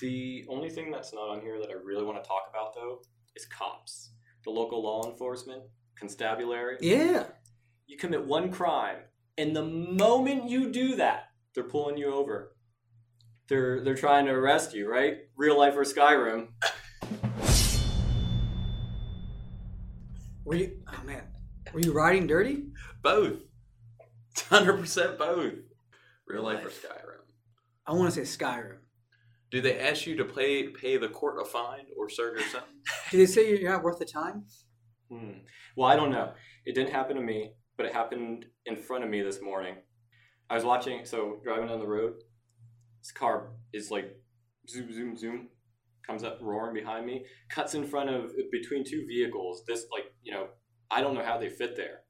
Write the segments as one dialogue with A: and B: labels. A: The only thing that's not on here that I really want to talk about though is cops, the local law enforcement, constabulary.
B: Yeah.
A: You commit one crime, and the moment you do that, they're pulling you over. They're they're trying to arrest you, right? Real life or Skyrim.
B: Were you? Oh man. Were you riding dirty?
C: Both. 100% both. Real life or
B: Life.
C: Skyrim.
B: I want to say Skyrim.
C: Do they ask you to pay pay the court a fine or serve your sentence?
B: Did they say you're not worth the time?
A: Hmm. Well, I don't know. It didn't happen to me, but it happened in front of me this morning. I was watching, so driving down the road, this car is like zoom, zoom, zoom, comes up roaring behind me, cuts in front of between two vehicles. This, like, you know, I don't know how they fit there.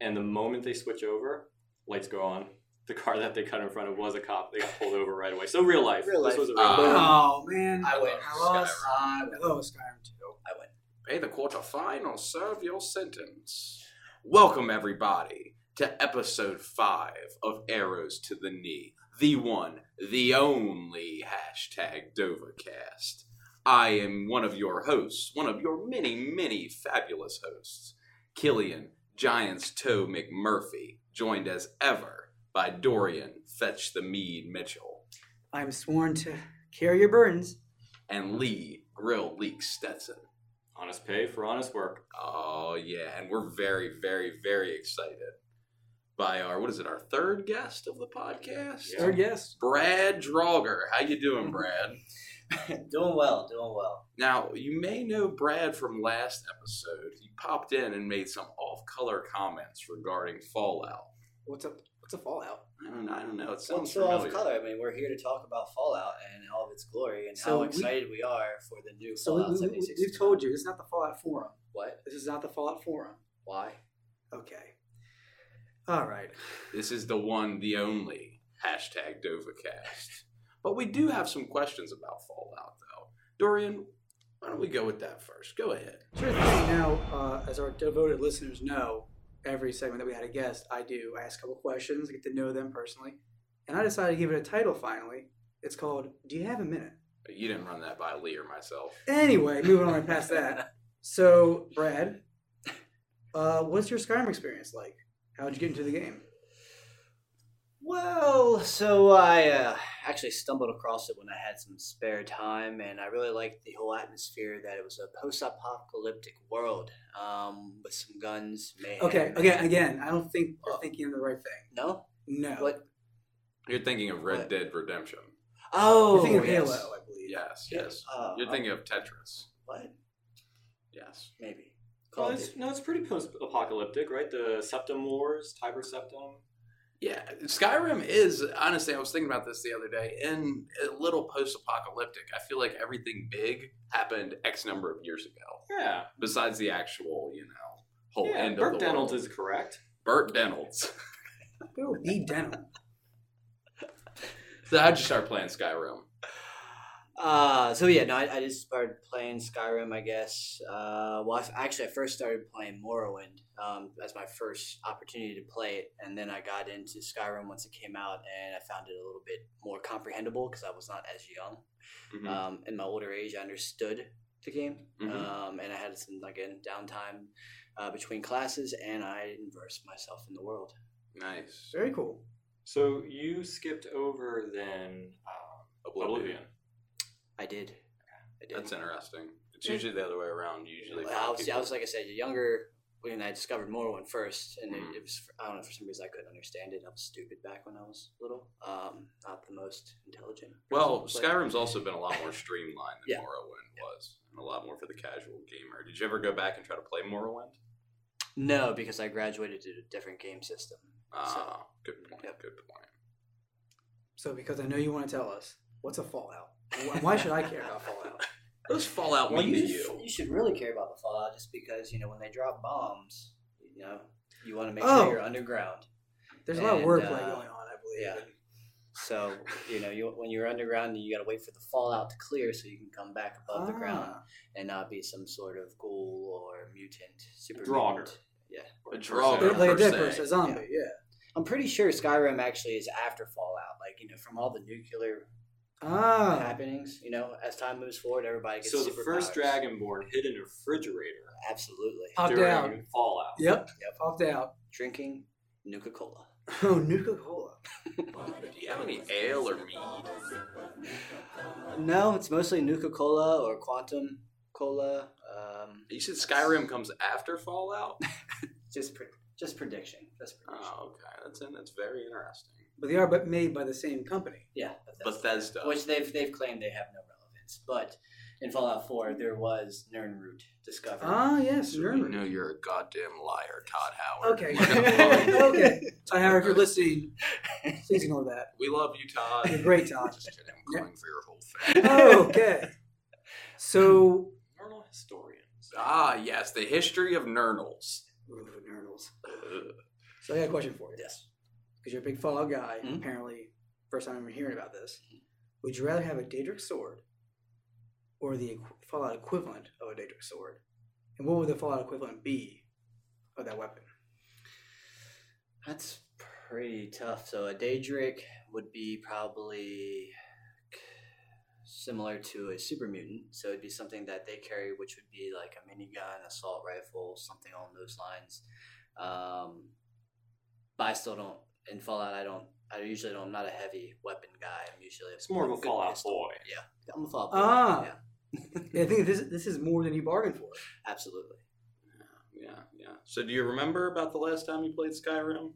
A: And the moment they switch over, lights go on. The car that they cut in front of was a cop. They got pulled over right away. So real life.
D: Real
A: This
D: life.
A: was a real
C: Ah.
A: life.
B: Oh man.
D: Uh, I went
B: I lost.
D: Skyrim. I
B: I love Skyrim too.
D: I went.
C: Pay the court a fine or serve your sentence. Welcome, everybody, to episode five of Arrows to the Knee, the one, the only hashtag Dovacast. I am one of your hosts, one of your many, many fabulous hosts, Killian Giants Toe McMurphy, joined as ever by Dorian Fetch the Mead Mitchell
B: I'm sworn to carry your burdens.
C: and Lee Grill Leak Stetson.
A: Honest pay for honest work.
C: Oh yeah, and we're very, very, very excited by our what is it? Our third guest of the podcast,
A: Yeah.
B: Third guess.
C: Brad Draugr. How you doing, Brad?
D: Doing well, doing well.
C: Now you may know Brad from last episode. He popped in and made some off-color comments regarding Fallout.
B: What's up? What's a fallout?
C: I don't, I don't know. It
D: Well,
C: sounds
D: so off
C: familiar.
D: color. I mean, we're here to talk about Fallout and all of its glory and
B: So
D: how
B: we-
D: excited we are for the new
B: So
D: Fallout
B: we, we,
D: 76.
B: have told you this is not the Fallout Forum.
D: what?
B: This is not the Fallout Forum.
D: Why?
B: Okay. All right.
C: This is the one, the only hashtag Dovacast. But we do have some questions about Fallout, though. Dorian, why don't we go with that first? Go ahead.
B: Sure thing. Now, uh, as our devoted listeners know, every segment that we had a guest, I do I ask a couple questions, get to know them personally, and I decided to give it a title finally. It's called "Do You Have a Minute?"
C: You didn't run that by Lee or myself.
B: Anyway, moving on right past that. So, Brad, uh, what's your Skyrim experience like? How'd you get into the game?
D: Well, so I uh, actually stumbled across it when I had some spare time, and I really liked the whole atmosphere that it was a post-apocalyptic world um, with some guns. Mayhem,
B: Okay, again, again, I don't think you're
D: Uh,
B: thinking of the right thing.
D: No,
B: No,
D: what?
C: You're thinking of Red
D: What?
C: Dead Redemption.
D: Oh,
B: you're thinking of
D: yes.
B: Halo, I believe.
C: Yes, yes.
D: Uh,
C: You're thinking of Tetris.
D: what?
C: Yes.
D: Maybe.
A: Well,
D: Call of
A: it's,
D: Duty.
A: no, it's pretty post-apocalyptic, right? The Septum Wars, Tiber Septum.
C: Yeah, Skyrim is honestly. I was thinking about this the other day. In a little post-apocalyptic, I feel like everything big happened X number of years ago.
A: Yeah.
C: Besides the actual, you know, whole
A: yeah,
C: Oh, end
A: Burt
C: of the
A: Reynolds
C: world.
A: is correct.
C: Burt Reynolds.
B: Go be denim.
C: so how'd you start playing Skyrim?
D: Uh, so yeah, no, I, I just started playing Skyrim, I guess. Uh, well, I f actually, I first started playing Morrowind um, as my first opportunity to play it, and then I got into Skyrim once it came out, and I found it a little bit more comprehensible because I was not as young.
A: Mm-hmm.
C: Mhm.
D: Um, in my older age, I understood the game,
C: Mhm.
D: um, and I had some again downtime uh, between classes, and I immersed myself in the world.
C: nice.
B: Very cool.
A: So you skipped over then um,
C: Oblivion.
A: Oblivion.
D: I did. I did.
C: That's interesting. It's usually the other way around. You Usually,
D: Well, I, was, I was like I said, younger when I discovered Morrowind first, and it, it was I don't know for some reason I couldn't understand it. I was stupid back when I was little, um, not the most intelligent. person,
C: Well,
D: but-
C: Skyrim's also been a lot more streamlined than
D: Yeah.
C: Morrowind was, and a lot more for the casual gamer. Did you ever go back and try to play Morrowind?
D: No, because I graduated to a different game system.
C: Ah, good point.
D: Yep.
C: Good point.
B: So, because I know you want to tell us, what's a fallout? Wh- Why should I care about fallout?
C: Those Fallout
D: Well,
C: mean
D: you,
C: to
D: should,
C: you.
D: you should really care about the Fallout just because you know when they drop bombs, you know you want to make
B: Oh.
D: sure you're underground.
B: There's a lot of
D: And,
B: wordplay
D: uh,
B: going on, I believe.
D: yeah. So you know you when you're underground, you got to wait for the fallout to clear so you can come back above the ground
B: Ah,
D: and not be some sort of ghoul or mutant, super
A: Draugr.
D: mutant.
C: A draw
A: Or-
B: like a
C: per
B: dead
C: se.
B: person, a zombie. Yeah.
D: I'm pretty sure Skyrim actually is after Fallout. Like you know, from all the nuclear
B: Ah,
D: happenings. You know, as time moves forward, everybody gets.
A: So the first
D: superpowers.
A: Dragonborn hid in a refrigerator
D: Absolutely.
C: Oh,
B: popped
A: during
B: out.
A: Fallout.
B: Yep,
D: Yep.
B: popped out.
D: Drinking Nuka Cola.
B: Oh, Nuka Cola.
C: Do you have any ale or mead?
D: No, it's mostly Nuka Cola or Quantum Cola. Um,
C: You said Skyrim comes after Fallout.
D: just pre- just prediction. Just prediction.
A: Ah.
C: Oh, okay, that's in, that's very interesting.
B: But they are but made by the same company.
D: Yeah,
C: Bethesda.
D: which they've they've claimed they have no relevance, but in Fallout Four there was Nernroot discovered.
B: Ah, yes,
C: You
B: Nuremberg.
C: know you're a goddamn liar, Todd Howard.
B: Okay.
C: We're gonna blow you.
B: okay. Todd Howard, if you're listening, please ignore that.
C: We love you, Todd.
B: You're great, Todd.
C: Just kidding. I'm going for your whole thing.
B: Okay. So,
A: Normal historians.
C: Ah, yes, the history of Nernals.
B: Ooh, nerdles.
C: Ugh.
B: So I got a question for you.
D: Yes.
B: Because you're a big Fallout guy,
D: Mhm.
B: apparently, first time I'm hearing about this. Would you rather have a Daedric sword or the equ- Fallout equivalent of a Daedric sword? And what would the Fallout equivalent be of that weapon?
D: That's pretty tough. So a Daedric would be probably similar to a super mutant. So it'd be something that they carry, which would be like a minigun, assault rifle, something along those lines. Um, but I still don't in Fallout. I don't. I usually don't. I'm not a heavy weapon guy. I'm usually a
A: It's more of a
D: good
A: Fallout
D: pistol.
A: boy.
D: Yeah, I'm a Fallout. Boy.
B: Ah.
D: yeah,
B: Yeah, I think this, this is more than you bargained for.
D: absolutely.
C: Yeah, yeah. So, do you remember about the last time you played Skyrim?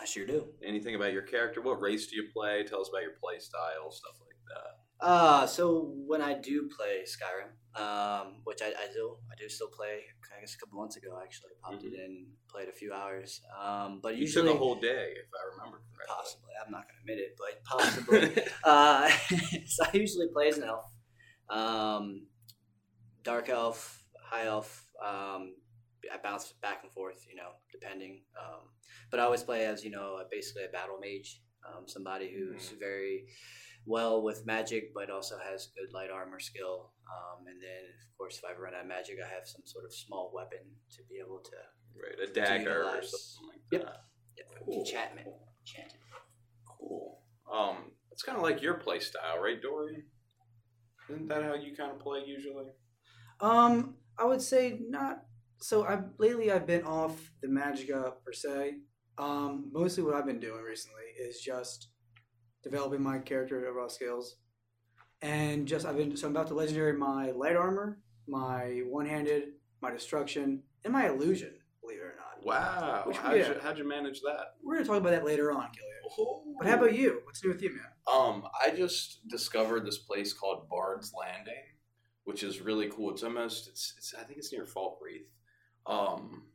D: I sure do.
C: Anything about your character? What race do you play? Tell us about your play style, stuff like that.
D: Uh, so when I do play Skyrim, um, which I, I do, I do still play. I guess a couple months ago, I actually popped it in, and played a few hours. Um, but
C: You
D: usually,
C: took a whole day, if I remember correctly.
D: possibly, I'm not gonna admit it, but possibly. uh, so I usually play as an elf, um, dark elf, high elf. Um, I bounce back and forth, you know, depending. Um, but I always play as you know, basically a battle mage, um, somebody who's very well with magic, but also has good light armor skill. Um, and then, of course, if I run out of magic, I have some sort of small weapon to be able to
C: right, a dagger or
D: utilize-
C: something like
D: Yep.
C: that.
D: yeah,
C: Cool.
D: enchantment. enchantment.
C: Cool. Um, it's kind of like your play style, right, Dorian? Isn't that how you kind of play usually?
B: Um, I would say not. So I have lately I've been off the Magica per se. Um, mostly what I've been doing recently is just developing my character and overall skills, and just I've been so I'm about to legendary my light armor, my one handed, my destruction, and my illusion. Believe it or not,
C: Wow.
B: Which-
C: how'd,
B: yeah.
C: you, how'd you manage that?
B: we're gonna talk about that later on, Gilliard. But how about you? What's new with you, man?
C: Um, I just discovered this place called Bard's Landing, which is really cool. It's almost it's, it's I think it's near Falkreath. Um,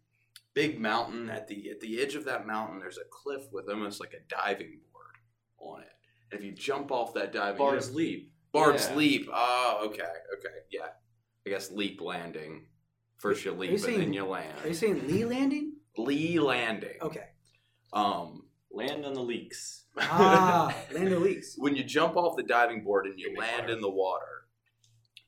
C: big mountain at the at the edge of that mountain. There's a cliff with almost like a diving board on it. And if you jump off that diving
A: Bard's Leap.
C: Bard's
A: Yeah.
C: leap. Oh, okay, okay, yeah. I guess leap landing. First you leap
B: you
C: and then
B: saying-
C: you land.
B: Are you saying Lee landing?
C: Lee landing.
B: Okay.
C: Um.
A: Land on the leaks.
B: Ah, Lando leaks.
C: when you jump off the diving board and you
A: Give me
C: land
A: water.
C: in the water,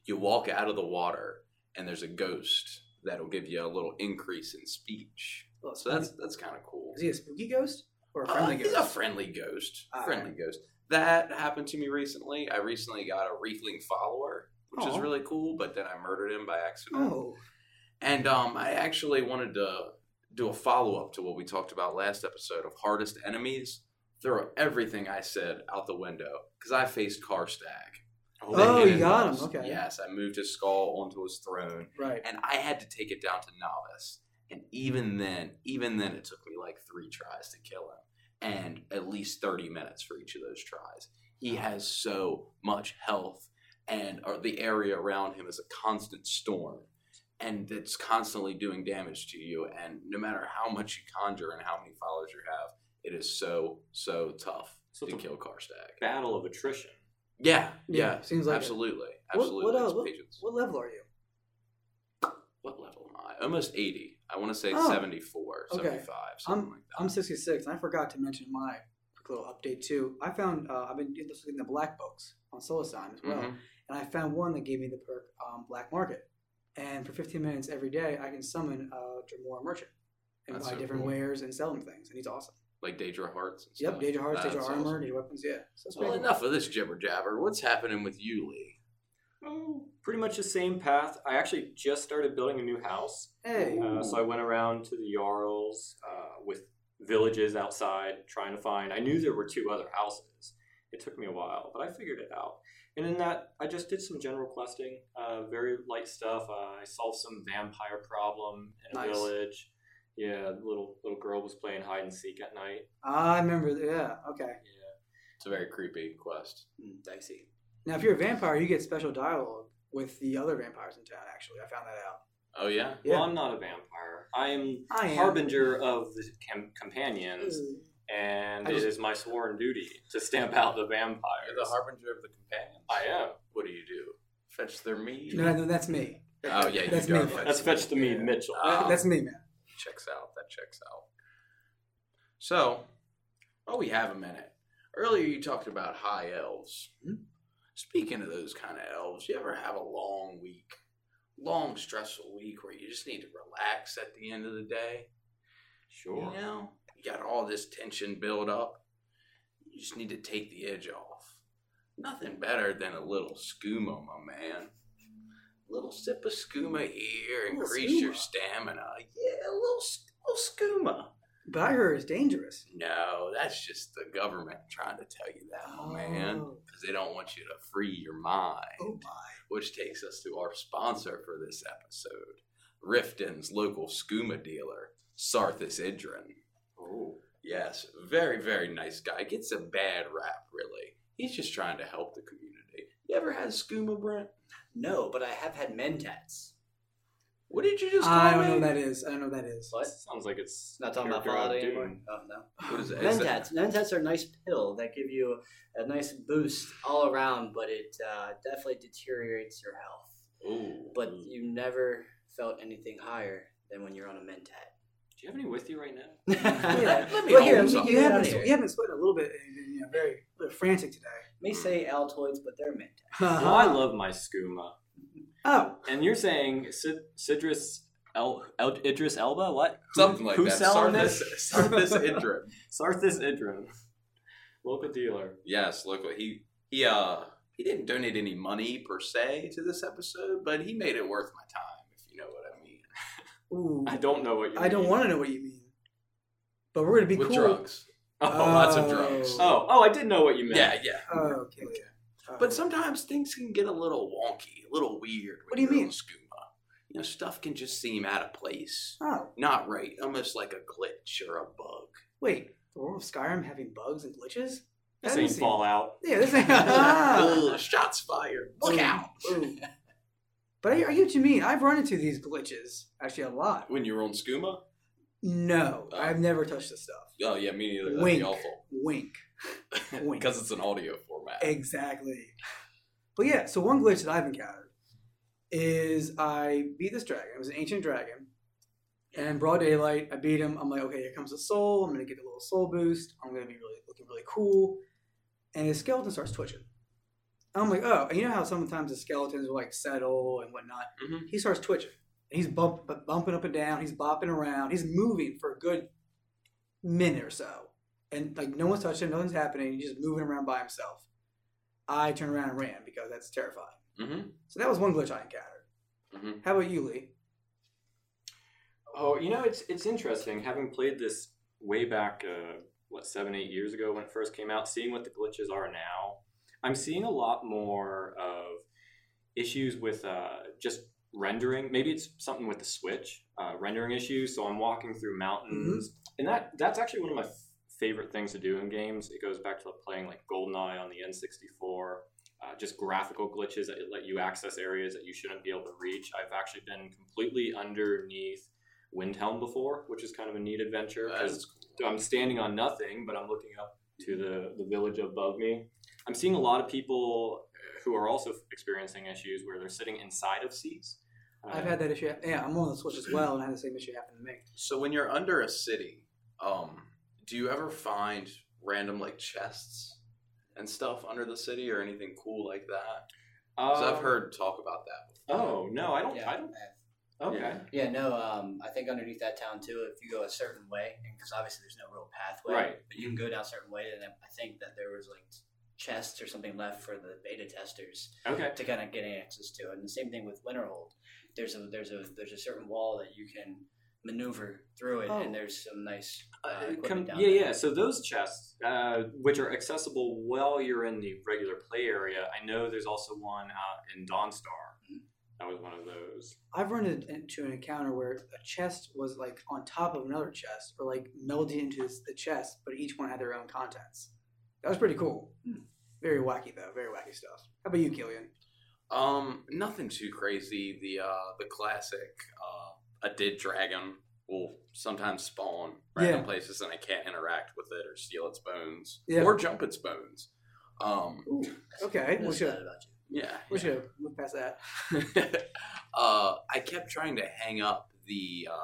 C: you walk out of the water and there's a ghost that'll give you a little increase in speech.
B: Well,
C: So that's that's kind of cool.
B: Mm-hmm. is he a spooky ghost or a
C: Uh,
B: friendly
C: He's a
B: ghost?
C: friendly ghost.
B: All
C: friendly ghost. That happened to me recently. I recently got a Reefling follower, which is
B: Aw.
C: really cool, but then I murdered him by accident.
B: Oh,
C: And um, I actually wanted to do a follow up to what we talked about last episode of hardest enemies. Throw everything I said out the window because I faced Karstag.
B: Oh,
C: They
B: you
C: hit
B: got
C: us.
B: him, okay.
C: Yes, I moved his skull onto his throne,
B: right.
C: and I had to take it down to novice. And even then, even then, it took me like three tries to kill him, and at least thirty minutes for each of those tries. He has so much health, and or the area around him is a constant storm, and it's constantly doing damage to you. And no matter how much you conjure and how many followers you have, it is so so tough
A: So
C: to
A: it's a-
C: kill Karstag.
A: Battle of attrition.
C: Yeah,
B: Yeah,
C: yeah,
B: seems like it.
C: absolutely,
B: What-
C: absolutely.
B: what, uh,
C: It's
B: what-
C: pages.
B: What level are you?
C: What level am I? Almost eighty. I want to say
B: Oh,
C: 74,
B: okay.
C: 75, something like that.
B: I'm 66, and I forgot to mention my quick little update too. I found uh, I've been looking at the black books on Solasime as well,
C: Mhm.
B: and I found one that gave me the perk um, Black Market, and for 15 minutes every day I can summon a Dremora merchant and
C: That's
B: buy
C: so
B: different
C: cool.
B: wares and sell him things, and he's awesome.
C: like Daedra Hearts. And
B: Yep,
C: stuff.
B: Daedra Hearts, Daedra
C: That's
B: Armor,
C: awesome.
B: Daedra Weapons, yeah. So it's
C: Well,
B: pretty
C: enough of this jibber jabber. What's happening with you, Lee?
A: Oh, pretty much the same path. I actually just started building a new house.
B: cool. Hey,
A: Uh,
C: Ooh.
A: so I went around to the Jarls uh, with villages outside trying to find. I knew there were two other houses. It took me a while, but I figured it out. And in that, I just did some general questing, uh, very light stuff. Uh, I solved some vampire problem in a
B: Nice.
A: village. Yeah, the little little girl was playing hide and seek at night.
B: I remember, th- yeah, okay.
A: Yeah,
C: It's a very creepy quest.
D: Mm, dicey.
B: Now, if you're a vampire, you get special dialogue with the other vampires in town, actually. I found that out.
C: Oh yeah,
B: Yeah.
A: well, I'm not a vampire. I am
B: I am.
A: harbinger of the cam- companions,
B: Ooh.
A: and
B: I
A: it
B: just-
A: is my sworn duty to stamp out the vampires.
C: you're the harbinger of the companions.
A: I am.
C: What do you do? Fetch their meat.
B: No, no, that's me.
C: Oh yeah,
B: That's
C: you do.
B: me.
C: fetch
A: That's
C: their
A: fetch the mead, Mitchell.
C: Ah.
B: That's me, man.
C: checks out. That checks out. So, oh, we have a minute. Earlier, you talked about high elves.
B: Hmm.
C: Speaking of those kind of elves, you ever have a long week, long stressful week where you just need to relax at the end of the day?
A: Sure.
C: You know, you got all this tension build up. You just need to take the edge off. Nothing better than a little skooma, my man. Little sip of skooma here,
B: Little
C: increase your
B: skooma.
C: stamina. Yeah, a little, s- little skooma.
B: But I heard it's dangerous.
C: No, that's just the government trying to tell you that, my man.
B: Oh.
C: Because they don't want you to free your mind.
B: Oh my.
C: Which takes us to our sponsor for this episode Rifton's local skooma dealer, Sarthus Idrin.
A: Oh.
C: Yes, very, very nice guy. Gets a bad rap, really. He's just trying to help the community. You ever had skooma, Brent?
D: No, but I have had mentats.
C: What did you just call
B: I don't know
C: me?
B: what that is. I don't know what that is.
D: What?
A: Sounds like it's
D: Not talking about
A: character
D: Fallout
A: of Doom.
D: anymore. Oh no.
C: What is that? Is that-
D: Mentats. Mentats are a nice pill that give you a nice boost all around, but it uh, definitely deteriorates your health.
A: Oh.
C: Ooh.
D: But
A: Mm.
D: you never felt anything higher than when you're on a mentat.
A: Do you have any with you right now?
B: Yeah,
C: let me
B: Well,
C: hold
B: here,
C: something.
B: you,
D: get
B: have
D: out
B: been,
D: of here.
B: you have been sweating a little bit, and, and, you know, very frantic today.
D: May say Altoids, but they're mentats.
B: Uh-huh.
A: Well, I love my skooma.
B: Oh,
A: And you're saying Sid- Sidrus El- El- Idris Elba? What? Who-
C: Something like
A: who's
C: that.
A: selling
C: Sarthus,
A: this?
C: Sarthus Idrin.
A: Sarthus Idrin, local dealer.
C: Yes, local. He he uh he didn't donate any money per se to this episode, but he made it worth my time, if you know what I mean.
B: ooh.
A: I don't know what you.
B: I don't
A: mean.
B: want to know what you mean. But we're gonna be
C: With
B: cool.
C: drugs.
A: Oh,
C: lots of drugs.
A: oh, oh! I did know what you meant.
C: Yeah, yeah.
B: Oh, okay. okay. Oh.
C: But sometimes things can get a little wonky, a little weird.
B: What
C: when
B: do you
C: you're on
B: mean?
C: Scuba? You know, stuff can just seem out of place,
B: oh
C: not right, almost like a glitch or a bug.
B: wait, the world of Skyrim having bugs and glitches?
A: This
B: That
A: ain't
B: doesn't seem-
A: Fallout.
B: Yeah, this ain't. Ah.
C: Ugh, shots fired! Ah. Hmm. Look
B: Ooh,
C: out!
B: ooh. Mm. But I, I get what you mean. I've run into these glitches actually a lot.
C: When you're on Skooma?
B: No,
C: Oh.
B: I've never touched this stuff.
C: Oh yeah, me neither. That'd
B: Wink.
C: be awful
B: Wink. Wink.
C: because it's an audio format.
B: Exactly. But yeah, so one glitch that I've encountered is I beat this dragon. It was an ancient dragon. And in broad daylight, I beat him. I'm like, okay, here comes the soul. I'm going to get a little soul boost. I'm going to be really looking really cool. And his skeleton starts twitching. I'm like, oh, and you know how sometimes the skeletons will like settle and whatnot?
A: Mhm.
B: He starts twitching. And he's bump, bu- bumping up and down. He's bopping around. He's moving for a good minute or so. And like, no one's touching him. Nothing's happening. He's just moving around by himself. I turned around and ran because that's terrifying.
C: Mm-hmm.
B: So that was one glitch I encountered.
C: Mhm.
B: How about you, Lee?
A: Oh, you know, it's it's interesting having played this way back, uh, what seven, eight years ago when it first came out. Seeing what the glitches are now, I'm seeing a lot more of issues with uh, just rendering. Maybe it's something with the Switch uh, rendering issues. So I'm walking through mountains, and that that's actually one of my f- favorite things to do in games. It goes back to playing like GoldenEye on the N64. Uh, just graphical glitches that let you access areas that you shouldn't be able to reach. I've actually been completely underneath Windhelm before, which is kind of a neat adventure because I'm standing on nothing, but I'm looking up to
C: Mm-hmm.
A: the, the village above me. I'm seeing a lot of people uh, who are also experiencing issues where they're sitting inside of seats. Uh,
B: I've had that issue. Yeah, I'm on the Switch as well, and I had the same issue happen to me.
C: So when you're under a city, um, do you ever find random like chests and stuff under the city or anything cool like that? 'Cause I've
A: um,
C: heard talk about that.
A: Oh no, I don't. I don't. Okay.
C: Yeah.
D: Yeah, no. Um, I think underneath that town too, if you go a certain way, because obviously there's no real pathway,
A: Right.
D: But you can go down a certain way, and then I think that there was like chests or something left for the beta testers
A: Okay.
D: to kind of get access to. And the same thing with Winterhold. There's a there's a there's a certain wall that you can maneuver through it,
A: Oh.
D: and there's some nice uh,
A: Uh,
D: equipment
A: com-
D: down
A: yeah,
D: there.
A: yeah. So those chests, uh, which are accessible while you're in the regular play area, I know there's also one uh, in Dawnstar.
D: Mm-hmm.
A: That was one of those.
B: I've run in- into an encounter where a chest was like on top of another chest, or like melded into s- the chest, but each one had their own contents. That was pretty cool. Very wacky though. Very wacky stuff. How about you, Killian?
C: Um, nothing too crazy. The uh, the classic uh, a dead dragon will sometimes spawn random
B: Yeah.
C: places, and I can't interact with it or steal its bones
B: Yeah.
C: or jump its bones. Um,
B: Ooh, okay.
D: No
B: We
D: sad
B: should
D: about you.
C: yeah,
B: we should move past that.
C: uh, I kept trying to hang up the uh,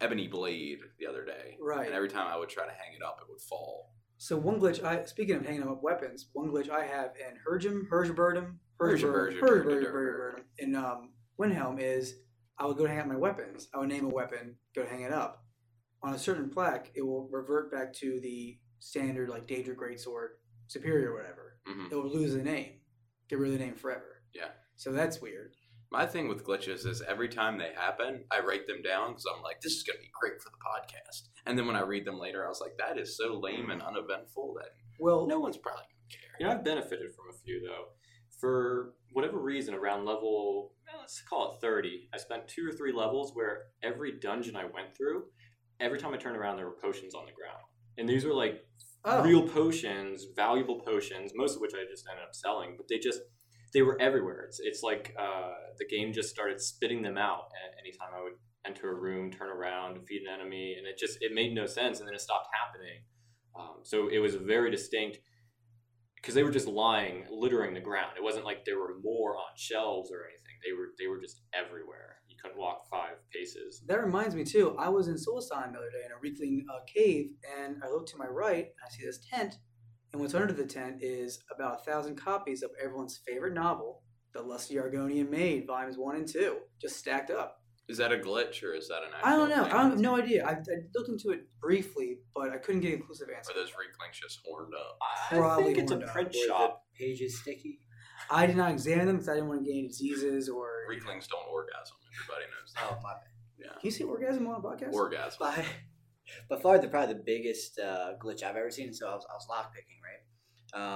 C: ebony blade the other day,
B: Right.
C: and every time I would try to hang it up, it would fall.
B: So one glitch I speaking of hanging up weapons, one glitch I have in Hergem, Hergebirdum, Hergebirdum,
C: Hergebirdum,
B: Hergebirdum, in um, Windhelm is I would go to hang up my weapons. I would name a weapon, go to hang it up. On a certain plaque, it will revert back to the standard like Daedra Greatsword, Superior, or whatever.
C: hmm
B: It will lose the name, get rid of the name forever.
C: Yeah.
B: So that's weird.
C: My thing with glitches is every time they happen, I write them down because I'm like, this is going to be great for the podcast. And then when I read them later, I was like, that is so lame and uneventful that
B: Well,
C: no one's probably
A: You
C: going
A: know, I've benefited from a few though. For whatever reason, around level, eh, let's call it 30, I spent two or three levels where every dungeon I went through, every time I turned around, there were potions on the ground. And these were like
B: oh,
A: real potions, valuable potions, most of which I just ended up selling, but they just, they were everywhere. It's, it's like uh, the game just started spitting them out a- anytime I would enter a room, turn around, defeat an enemy, and it just, it made no sense, and then it stopped happening. Um, so it was a very distinct because they were just lying, littering the ground. It wasn't like there were more on shelves or anything. They were they were just everywhere. You couldn't walk five paces.
B: That reminds me too. I was in Solstheim the other day in a reeking uh, cave, and I look to my right and I see this tent. And what's under the tent is about a thousand copies of everyone's favorite novel, The Lusty Argonian Maid, volumes one and two, just stacked up.
C: Is that a glitch or is that an actual
B: I don't know.
C: thing?
B: I don't have no idea. I, I looked into it briefly, but I couldn't get a conclusive answer.
C: Are those reeklings just horned up?
A: I
B: Probably
A: think it's a
B: were not
A: print
D: Were the
A: shop.
D: pages sticky.
B: I did not examine them because I didn't want to get any diseases or.
C: Reeklings don't orgasm. Everybody knows that.
D: Oh my
B: Can you see orgasm on a podcast?
C: Orgasm.
D: by by far the probably the biggest uh, glitch I've ever seen. So I was, I was lockpicking, right?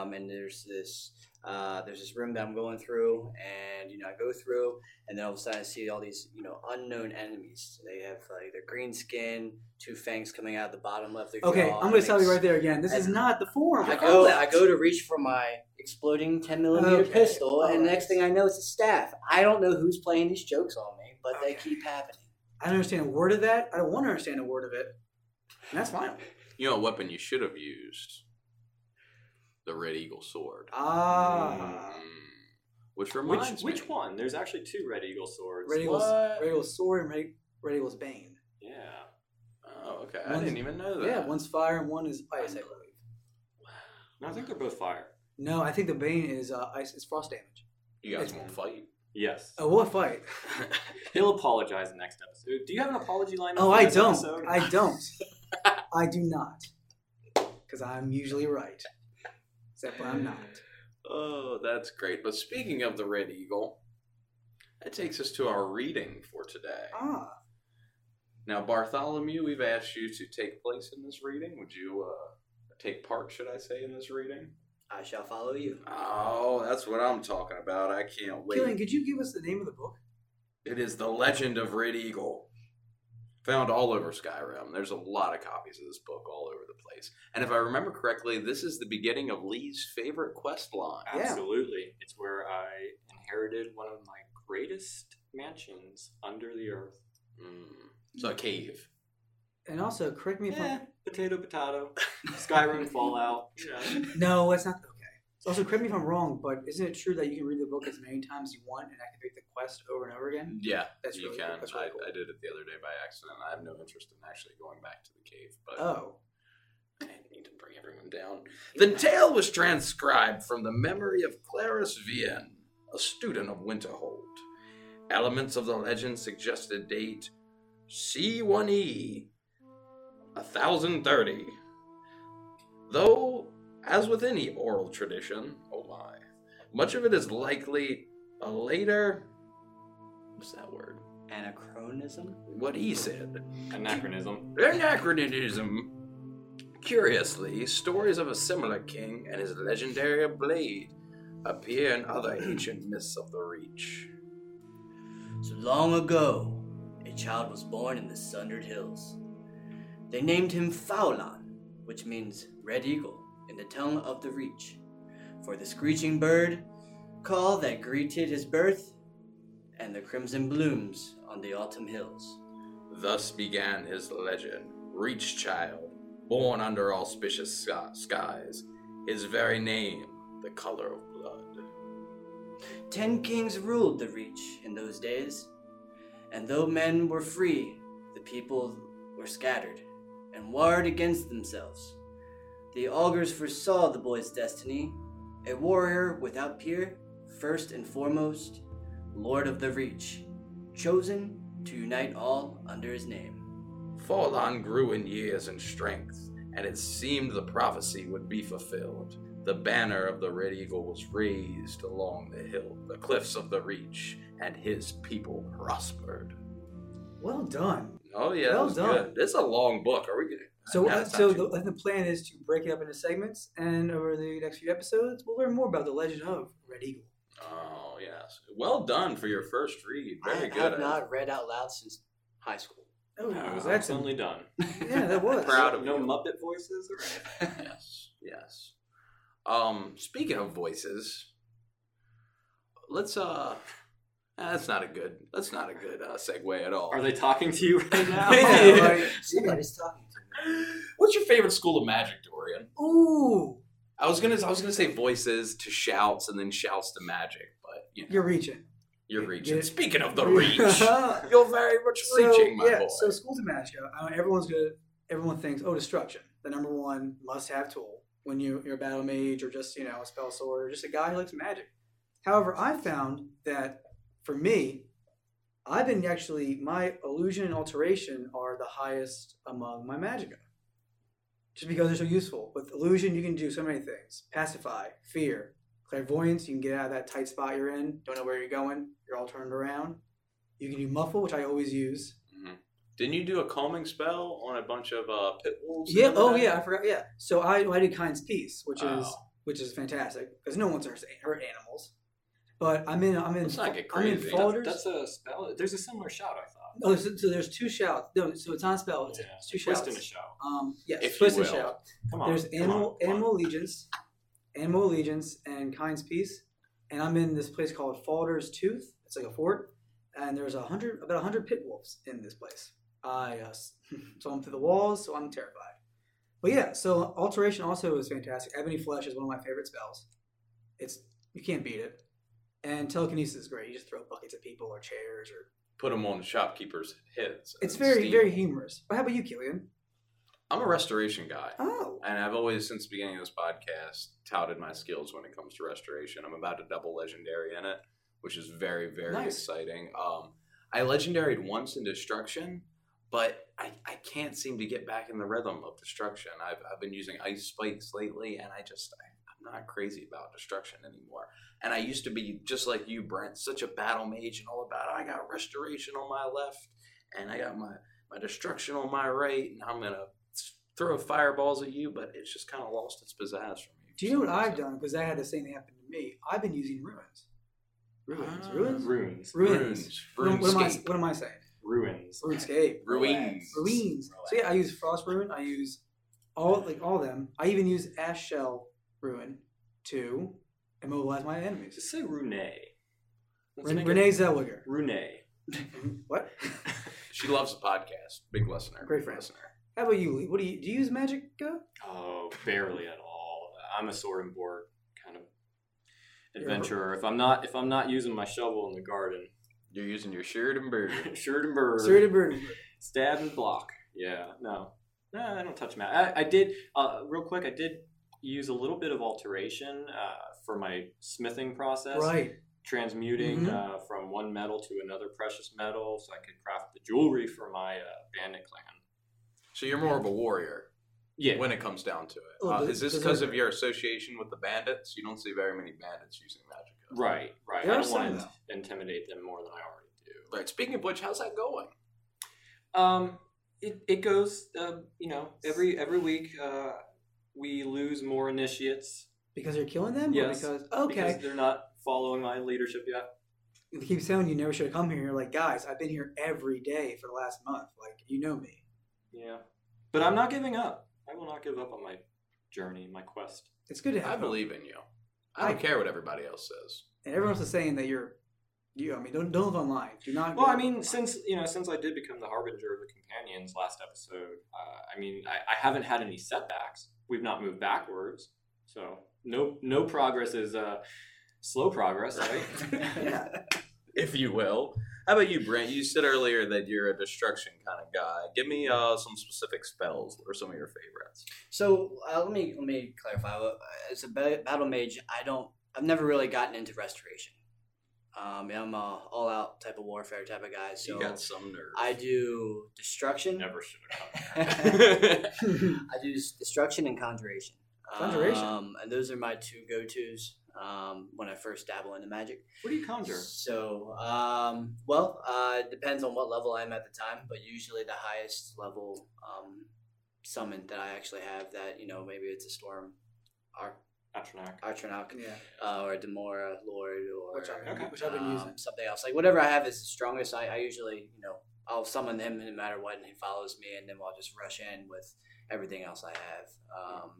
D: Um, and there's this uh, there's this room that I'm going through, and you know I go through, and then all of a sudden I see all these you know unknown enemies. They have like their green skin, two fangs coming out of the bottom left. Of their
B: okay,
D: jaw,
B: I'm
D: and
B: going to stop you
D: it's-
B: right there again. This is
D: and-
B: not the forum.
D: I go, I go to reach for my exploding 10 millimeter
B: Okay,
D: pistol, and
B: alright.
D: next thing I know, it's a staff. I don't know who's playing these jokes on me, but they
B: Okay.
D: keep happening.
B: I don't understand a word of that. I don't want to understand a word of it. And that's fine.
C: You know, a weapon you should have used the Red Eagle sword.
B: Ah.
C: Mm. Which
A: Which
C: reminds me.
A: which one? There's actually two Red Eagle swords.
B: Red Eagle's,
C: What?
B: Red Eagle's sword and Red, Red Eagle's bane.
A: Yeah.
C: Oh, okay. I
B: One's-
C: didn't even know that.
B: Yeah, one's fire and one is ice, I believe.
A: No, I think they're both fire.
B: No, I think the bane is uh, ice. It's frost damage.
C: You guys
B: It's-
C: won't fight.
A: Yes.
B: Oh, what fight?
A: He'll apologize in the next episode. Do you have an apology line?
B: Oh, I don't. I don't. I do not. Because I'm usually right. Except when I'm not.
C: Oh, that's great. But speaking of the Red Eagle, that takes us to our reading for today.
B: Ah,
C: Now, Bartholomew, we've asked you to take place in this reading. Would you uh, take part, should I say, in this reading?
D: I shall follow you.
C: Oh, that's what I'm talking about. I can't wait.
B: Killian, could you give us the name of the book?
C: It is the legend of Red Eagle. Found all over Skyrim. There's a lot of copies of this book all over the place. And if I remember correctly, this is the beginning of Lee's favorite quest line.
B: Yeah.
A: Absolutely. It's where I inherited one of my greatest mansions under the earth.
C: Mm. So a cave.
B: And also, correct me if
A: Yeah. Eh, Potato, potato. Skyrim, Fallout. You know.
B: I'm. No, that's not. Okay. Also, correct me if I'm wrong, but isn't it true that you can read the book as many times you want and activate the quest over and over again?
C: Yeah,
B: That's
C: you
B: really
C: can.
B: cool. That's really
C: I,
B: cool.
C: I did it the other day by accident. I have no interest in actually going back to the cave, but
B: Oh.
C: I didn't mean to bring everyone down. The tale was transcribed from the memory of Clarice Vienne, a student of Winterhold. Elements of the legend suggested date E, C1E 1030. Though, as with any oral tradition, oh my, much of it is likely a later. What's that word?
D: Anachronism?
C: What he said.
A: Anachronism.
C: Anachronism. Curiously, stories of a similar king and his legendary blade appear in other ancient myths of the Reach.
D: So long ago, a child was born in the Sundered Hills. They named him Faulan, which means Red Eagle in the tongue of the Reach, for the screeching bird call that greeted his birth and the crimson blooms on the autumn hills.
C: Thus began his legend, Reach Child, born under auspicious sky- skies, his very name, the color of blood.
D: Ten kings ruled the Reach in those days, and though men were free, the people were scattered and warred against themselves. The augurs foresaw the boy's destiny, a warrior without peer, first and foremost, Lord of the Reach, chosen to unite all under his name.
C: Forlan grew in years and strength, and it seemed the prophecy would be fulfilled. The banner of the Red Eagle was raised along the hill, the cliffs of the Reach, and his people prospered.
B: Well done.
C: Oh yeah, that
B: Well
C: was
B: done.
C: good. This is a long book. Are we gonna?
B: So, uh,
C: No, it's not
B: so
C: too-
B: the, the plan is to break it up into segments, and over the next few episodes, we'll learn more about the legend of Red Eagle.
C: Oh yes. Well done for your first read. Very
D: I have
C: good.
D: not read out loud since high school.
B: Oh,
A: No, it was
B: that's
A: excellently done.
B: yeah, that was.
C: Proud of
A: no
C: you.
A: Muppet voices or anything.
C: yes, yes. Um, speaking of voices, let's uh, nah, that's not a good. That's not a good uh, segue at all.
A: Are they talking to you right now?
B: Yeah,
C: Yeah.
B: like,
D: Somebody's talking to me.
C: What's your favorite school of magic, Dorian?
B: ooh,
C: I was gonna, I was gonna say voices to shouts and then shouts to magic, but you know,
B: you're reaching.
C: you're reaching.
B: yeah.
C: Speaking of the reach, you're very much
B: so,
C: reaching, my
B: yeah,
C: boy.
B: So school to magic, uh, everyone's gonna everyone thinks, oh, destruction, the number one must-have tool when you you're a battle mage or just you know a spell sword or just a guy who likes magic. However, I found that for me, I've been actually my illusion and alteration are the highest among my magicka. Just because they're so useful. With illusion, you can do so many things: pacify, fear, clairvoyance. You can get out of that tight spot you're in. Don't know where you're going. You're all turned around. You can do muffle, which I always use.
C: Mhm. Didn't you do a calming spell on a bunch of uh, pit wolves?
B: Yeah.
C: the other
B: Oh,
C: day?
B: yeah. I forgot. Yeah. So I, I did kind's peace, which is
C: Oh.
B: which is fantastic because no one's hurt, hurt animals. But I'm in. I'm in.
C: Let's not get
B: I'm in
C: crazy.
B: folders.
A: That's a spell. There's a similar shout, I thought.
B: oh, so, so there's two shouts. No, so it's not a spell. It's, it's two shouts.
A: Twist and a shout.
B: Um. Yes.
C: If you
B: twist and
C: will.
B: shout.
A: Come on.
B: there's
A: come
B: animal
A: on, come on.
B: animal allegiance, animal allegiance, and kind's peace. And I'm in this place called Falder's Tooth. It's like a fort, and there's a hundred about a hundred pit wolves in this place. I uh, saw them through the walls, so I'm terrified. But yeah, so alteration also is fantastic. Ebony Flesh is one of my favorite spells. It's you can't beat it. And telekinesis is great. You just throw buckets at people or chairs or.
C: Put them on shopkeepers' heads.
B: It's
C: and
B: very
C: steam
B: very
C: them.
B: humorous. But how about you, Killian?
C: I'm a restoration guy.
B: Oh,
C: And I've always, since the beginning of this podcast, touted my skills when it comes to restoration. I'm about to double legendary in it, which is very, very
B: Nice.
C: exciting. Um, I legendaried once in destruction, but I, I can't seem to get back in the rhythm of destruction. I've, I've been using ice spikes lately, and I just I, I'm not crazy about destruction anymore. And I used to be just like you, Brent, such a battle mage and all about. I got restoration on my left, and I got my my destruction on my right, and I'm gonna throw fireballs at you, but it's just kind of lost its pizzazz for me.
B: do you know what I've done? Because I had the same thing happen to me. I've been using ruins. Ruins.
C: Ah.
B: ruins.
A: Runes.
B: Ruins. What, what am I,
C: Runescape.
B: what am I saying?
A: Ruins.
B: Runescape.
C: Ruins.
B: Ruins. So yeah, I use Frost Ruin. I use all like all of them. I even use Ash Shell Ruin to immobilize my enemies.
A: Just say Rune. Let's
B: Ren-
A: make it-
B: Renee Zellweger.
A: Rune.
B: what?
C: She loves the podcast. Big listener.
B: Great
C: big
B: friend.
C: listener.
B: How about you? Lee? What do you do? You use magic? uh?
A: Oh, barely at all. I'm a sword and board kind of
B: Yeah.
A: adventurer. If I'm not if I'm not using my shovel in the garden,
C: You're using your shirt and beard.
A: shirt and bird,
B: Sorry to burn. you.
A: stab and block. Yeah, no, no, I don't touch magic. I, I did uh, real quick. I did use a little bit of alteration uh, for my smithing process.
B: Right.
A: transmuting
B: Mhm.
A: uh, from one metal to another precious metal, so I could craft the jewelry for my uh, bandit clan.
C: So you're more of a warrior
A: Yeah,
C: when it comes down to it.
B: Oh,
C: Uh,
B: the-
C: is this
B: the
C: because
B: wizard.
C: of your association with the bandits? You don't see very many bandits using magicka.
A: right, right.
B: There
A: I
B: are
A: don't want
B: some,
A: to intimidate them more than I already do.
C: Right. Speaking of which, how's that going?
A: Um, it, it goes, uh, you know, every every week uh, we lose more initiates
B: Because you're killing them? or
A: Yes,
B: Because, okay.
A: because they're not following my leadership yet.
B: they keep telling you never should have come here. You're like, guys, I've been here every day for the last month. Like, you know me.
A: Yeah, but I'm not giving up. I will not give up on my journey, my quest.
B: It's good to have
C: I
B: hope.
C: believe in you. I don't
B: I-
C: care what everybody else says.
B: And everyone else is saying that you're, you, I mean, don't, don't live online. Do not.
A: Well,
B: go
A: I mean,
B: online.
A: since you know, since I did become the harbinger of the companions last episode, uh, I mean, I, I haven't had any setbacks. We've not moved backwards, so no no progress is uh, slow progress, right?
B: Yeah.
C: if you will. How about you, Brent? You said earlier that you're a destruction kind of guy. Give me uh, some specific spells or some of your favorites.
D: So uh, let me let me clarify. Uh, As a ba- battle mage, I don't. I've never really gotten into restoration. Um, I'm a all out type of warfare type of guy. So
C: you got some nerve.
D: I do destruction.
A: Never should have come.
D: I do s- destruction and conjuration.
B: Conjuration.
D: Um, and those are my two go tos um, when I first dabble into magic.
A: What do you conjure?
D: So, um, well, uh, it depends on what level I'm at the time, but usually the highest level um, summon that I actually have that, you know, maybe it's a Storm Ar-
A: Atronach.
D: Archonach
B: yeah.
D: uh, or a Demora Lord or
B: Which, I,
A: Okay.
B: which I've been
D: um,
B: using.
D: something else. Like whatever I have is the strongest. I, I usually, you know, I'll summon him no matter what, and he follows me, and then I'll just rush in with everything else I have. Um,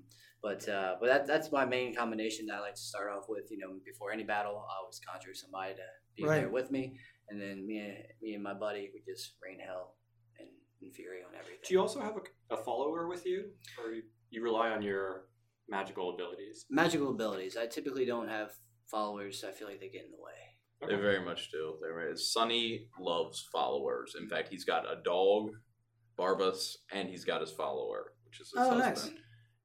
D: but uh, but that, that's my main combination that I like to start off with. You know, before any battle, I always conjure somebody to be there
B: Right.
D: with me, and then me and me and my buddy we just rain hell and, and fury on everything.
A: Do you also have a, a follower with you, or you, you rely on your magical abilities?
D: Magical abilities. I typically don't have followers. I feel like they get in the way.
C: They very much do. There is Sonny loves followers. In fact, he's got a dog, Barbas, and he's got his follower, which is his
B: Oh,
C: husband.
B: nice.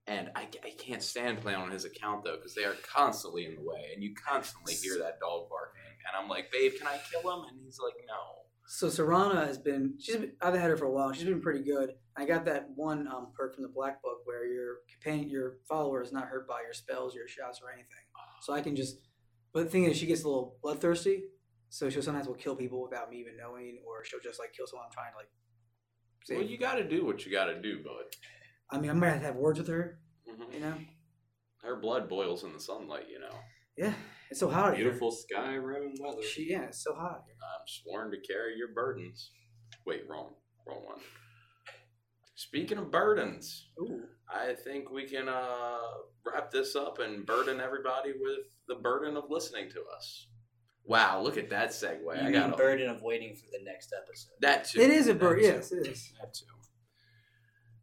C: And I, I can't stand playing on his account though, because they are constantly in the way, and you constantly hear that dog barking. And I'm like, babe, can I kill him? And he's like, no.
B: So Serana has been. She's. Been, I've had her for a while. She's been pretty good. I got that one um, perk from the Black Book where your companion, your follower, is not hurt by your spells, your shots, or anything. So I can just. But the thing is, she gets a little bloodthirsty, so she'll sometimes will kill people without me even knowing, or she'll just like kill someone I'm trying to like. Save.
C: Well, you got to do what you got to do, bud.
B: I mean, I might have to have words with her.
A: Mhm.
B: You know.
C: Her blood boils in the sunlight, you know.
B: Yeah, it's so hot. out here.
A: Beautiful Skyrim weather.
B: She. Yeah, it's so hot. out here.
C: I'm sworn to carry your burdens. Wait, wrong, wrong one. Speaking of burdens,
B: Ooh.
C: I think we can uh, wrap this up and burden everybody with the burden of listening to us. Wow, look at that segue!
D: you
C: I
D: mean
C: got a,
D: burden of waiting for the next episode.
C: that too.
B: It is a bird.
C: That too.
B: Yes, it is.
C: That too.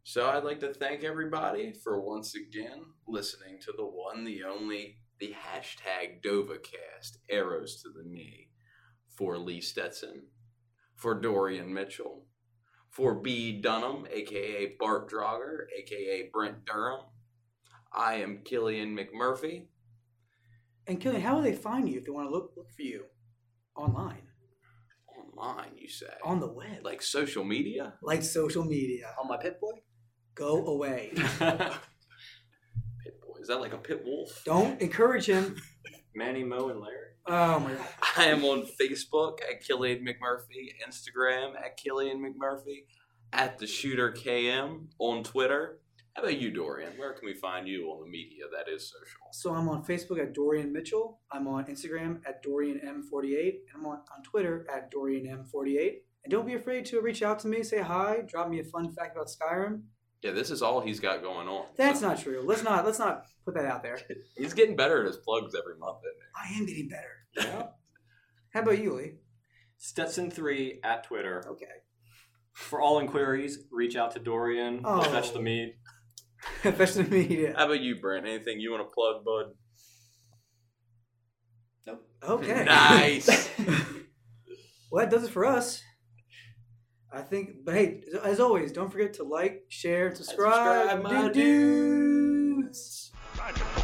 C: So I'd like to thank everybody for once again listening to the one, the only, the hashtag DovaCast, Arrows to the Knee, for Lee Stetson, for Dorian Mitchell, for B. Dunham, aka Bart Drager, aka Brent Durham. I am Killian McMurphy.
B: And Killian, how will they find you if they want to look look for you online
C: Online, you say?
B: on the web,
C: like social media?
B: like social media?
D: On my pit boy.
B: Go away.
C: Pit boy. Is that like a pit wolf?
B: Don't encourage him.
A: Manny, Mo, and Larry.
B: Oh my god.
C: I am on Facebook at Killian McMurphy, Instagram at Killian McMurphy, at the Shooter KM on Twitter. How about you, Dorian? Where can we find you on the media that is social?
B: So I'm on Facebook at Dorian Mitchell. I'm on Instagram at Dorian M48. And I'm on, on Twitter at Dorian M48. And don't be afraid to reach out to me, say hi, drop me a fun fact about Skyrim.
C: Yeah, this is all he's got going on.
B: That's not true. Let's not let's not put that out there.
C: He's getting better at his plugs every month, isn't
B: I am getting better.
A: Yeah.
B: How about you, Lee?
A: Stetson3 at Twitter.
B: Okay.
A: For all inquiries, reach out to Dorian.
B: Oh.
A: Oh. Fetch the mead.
B: Especially media.
C: he? How about you, Brent? Anything you want to plug, bud?
D: Nope.
B: Okay.
C: Nice.
B: well, that does it for us. I think, but hey, as always, don't forget to like, share, and subscribe.
C: my
B: dudes.
C: dudes.
E: Roger.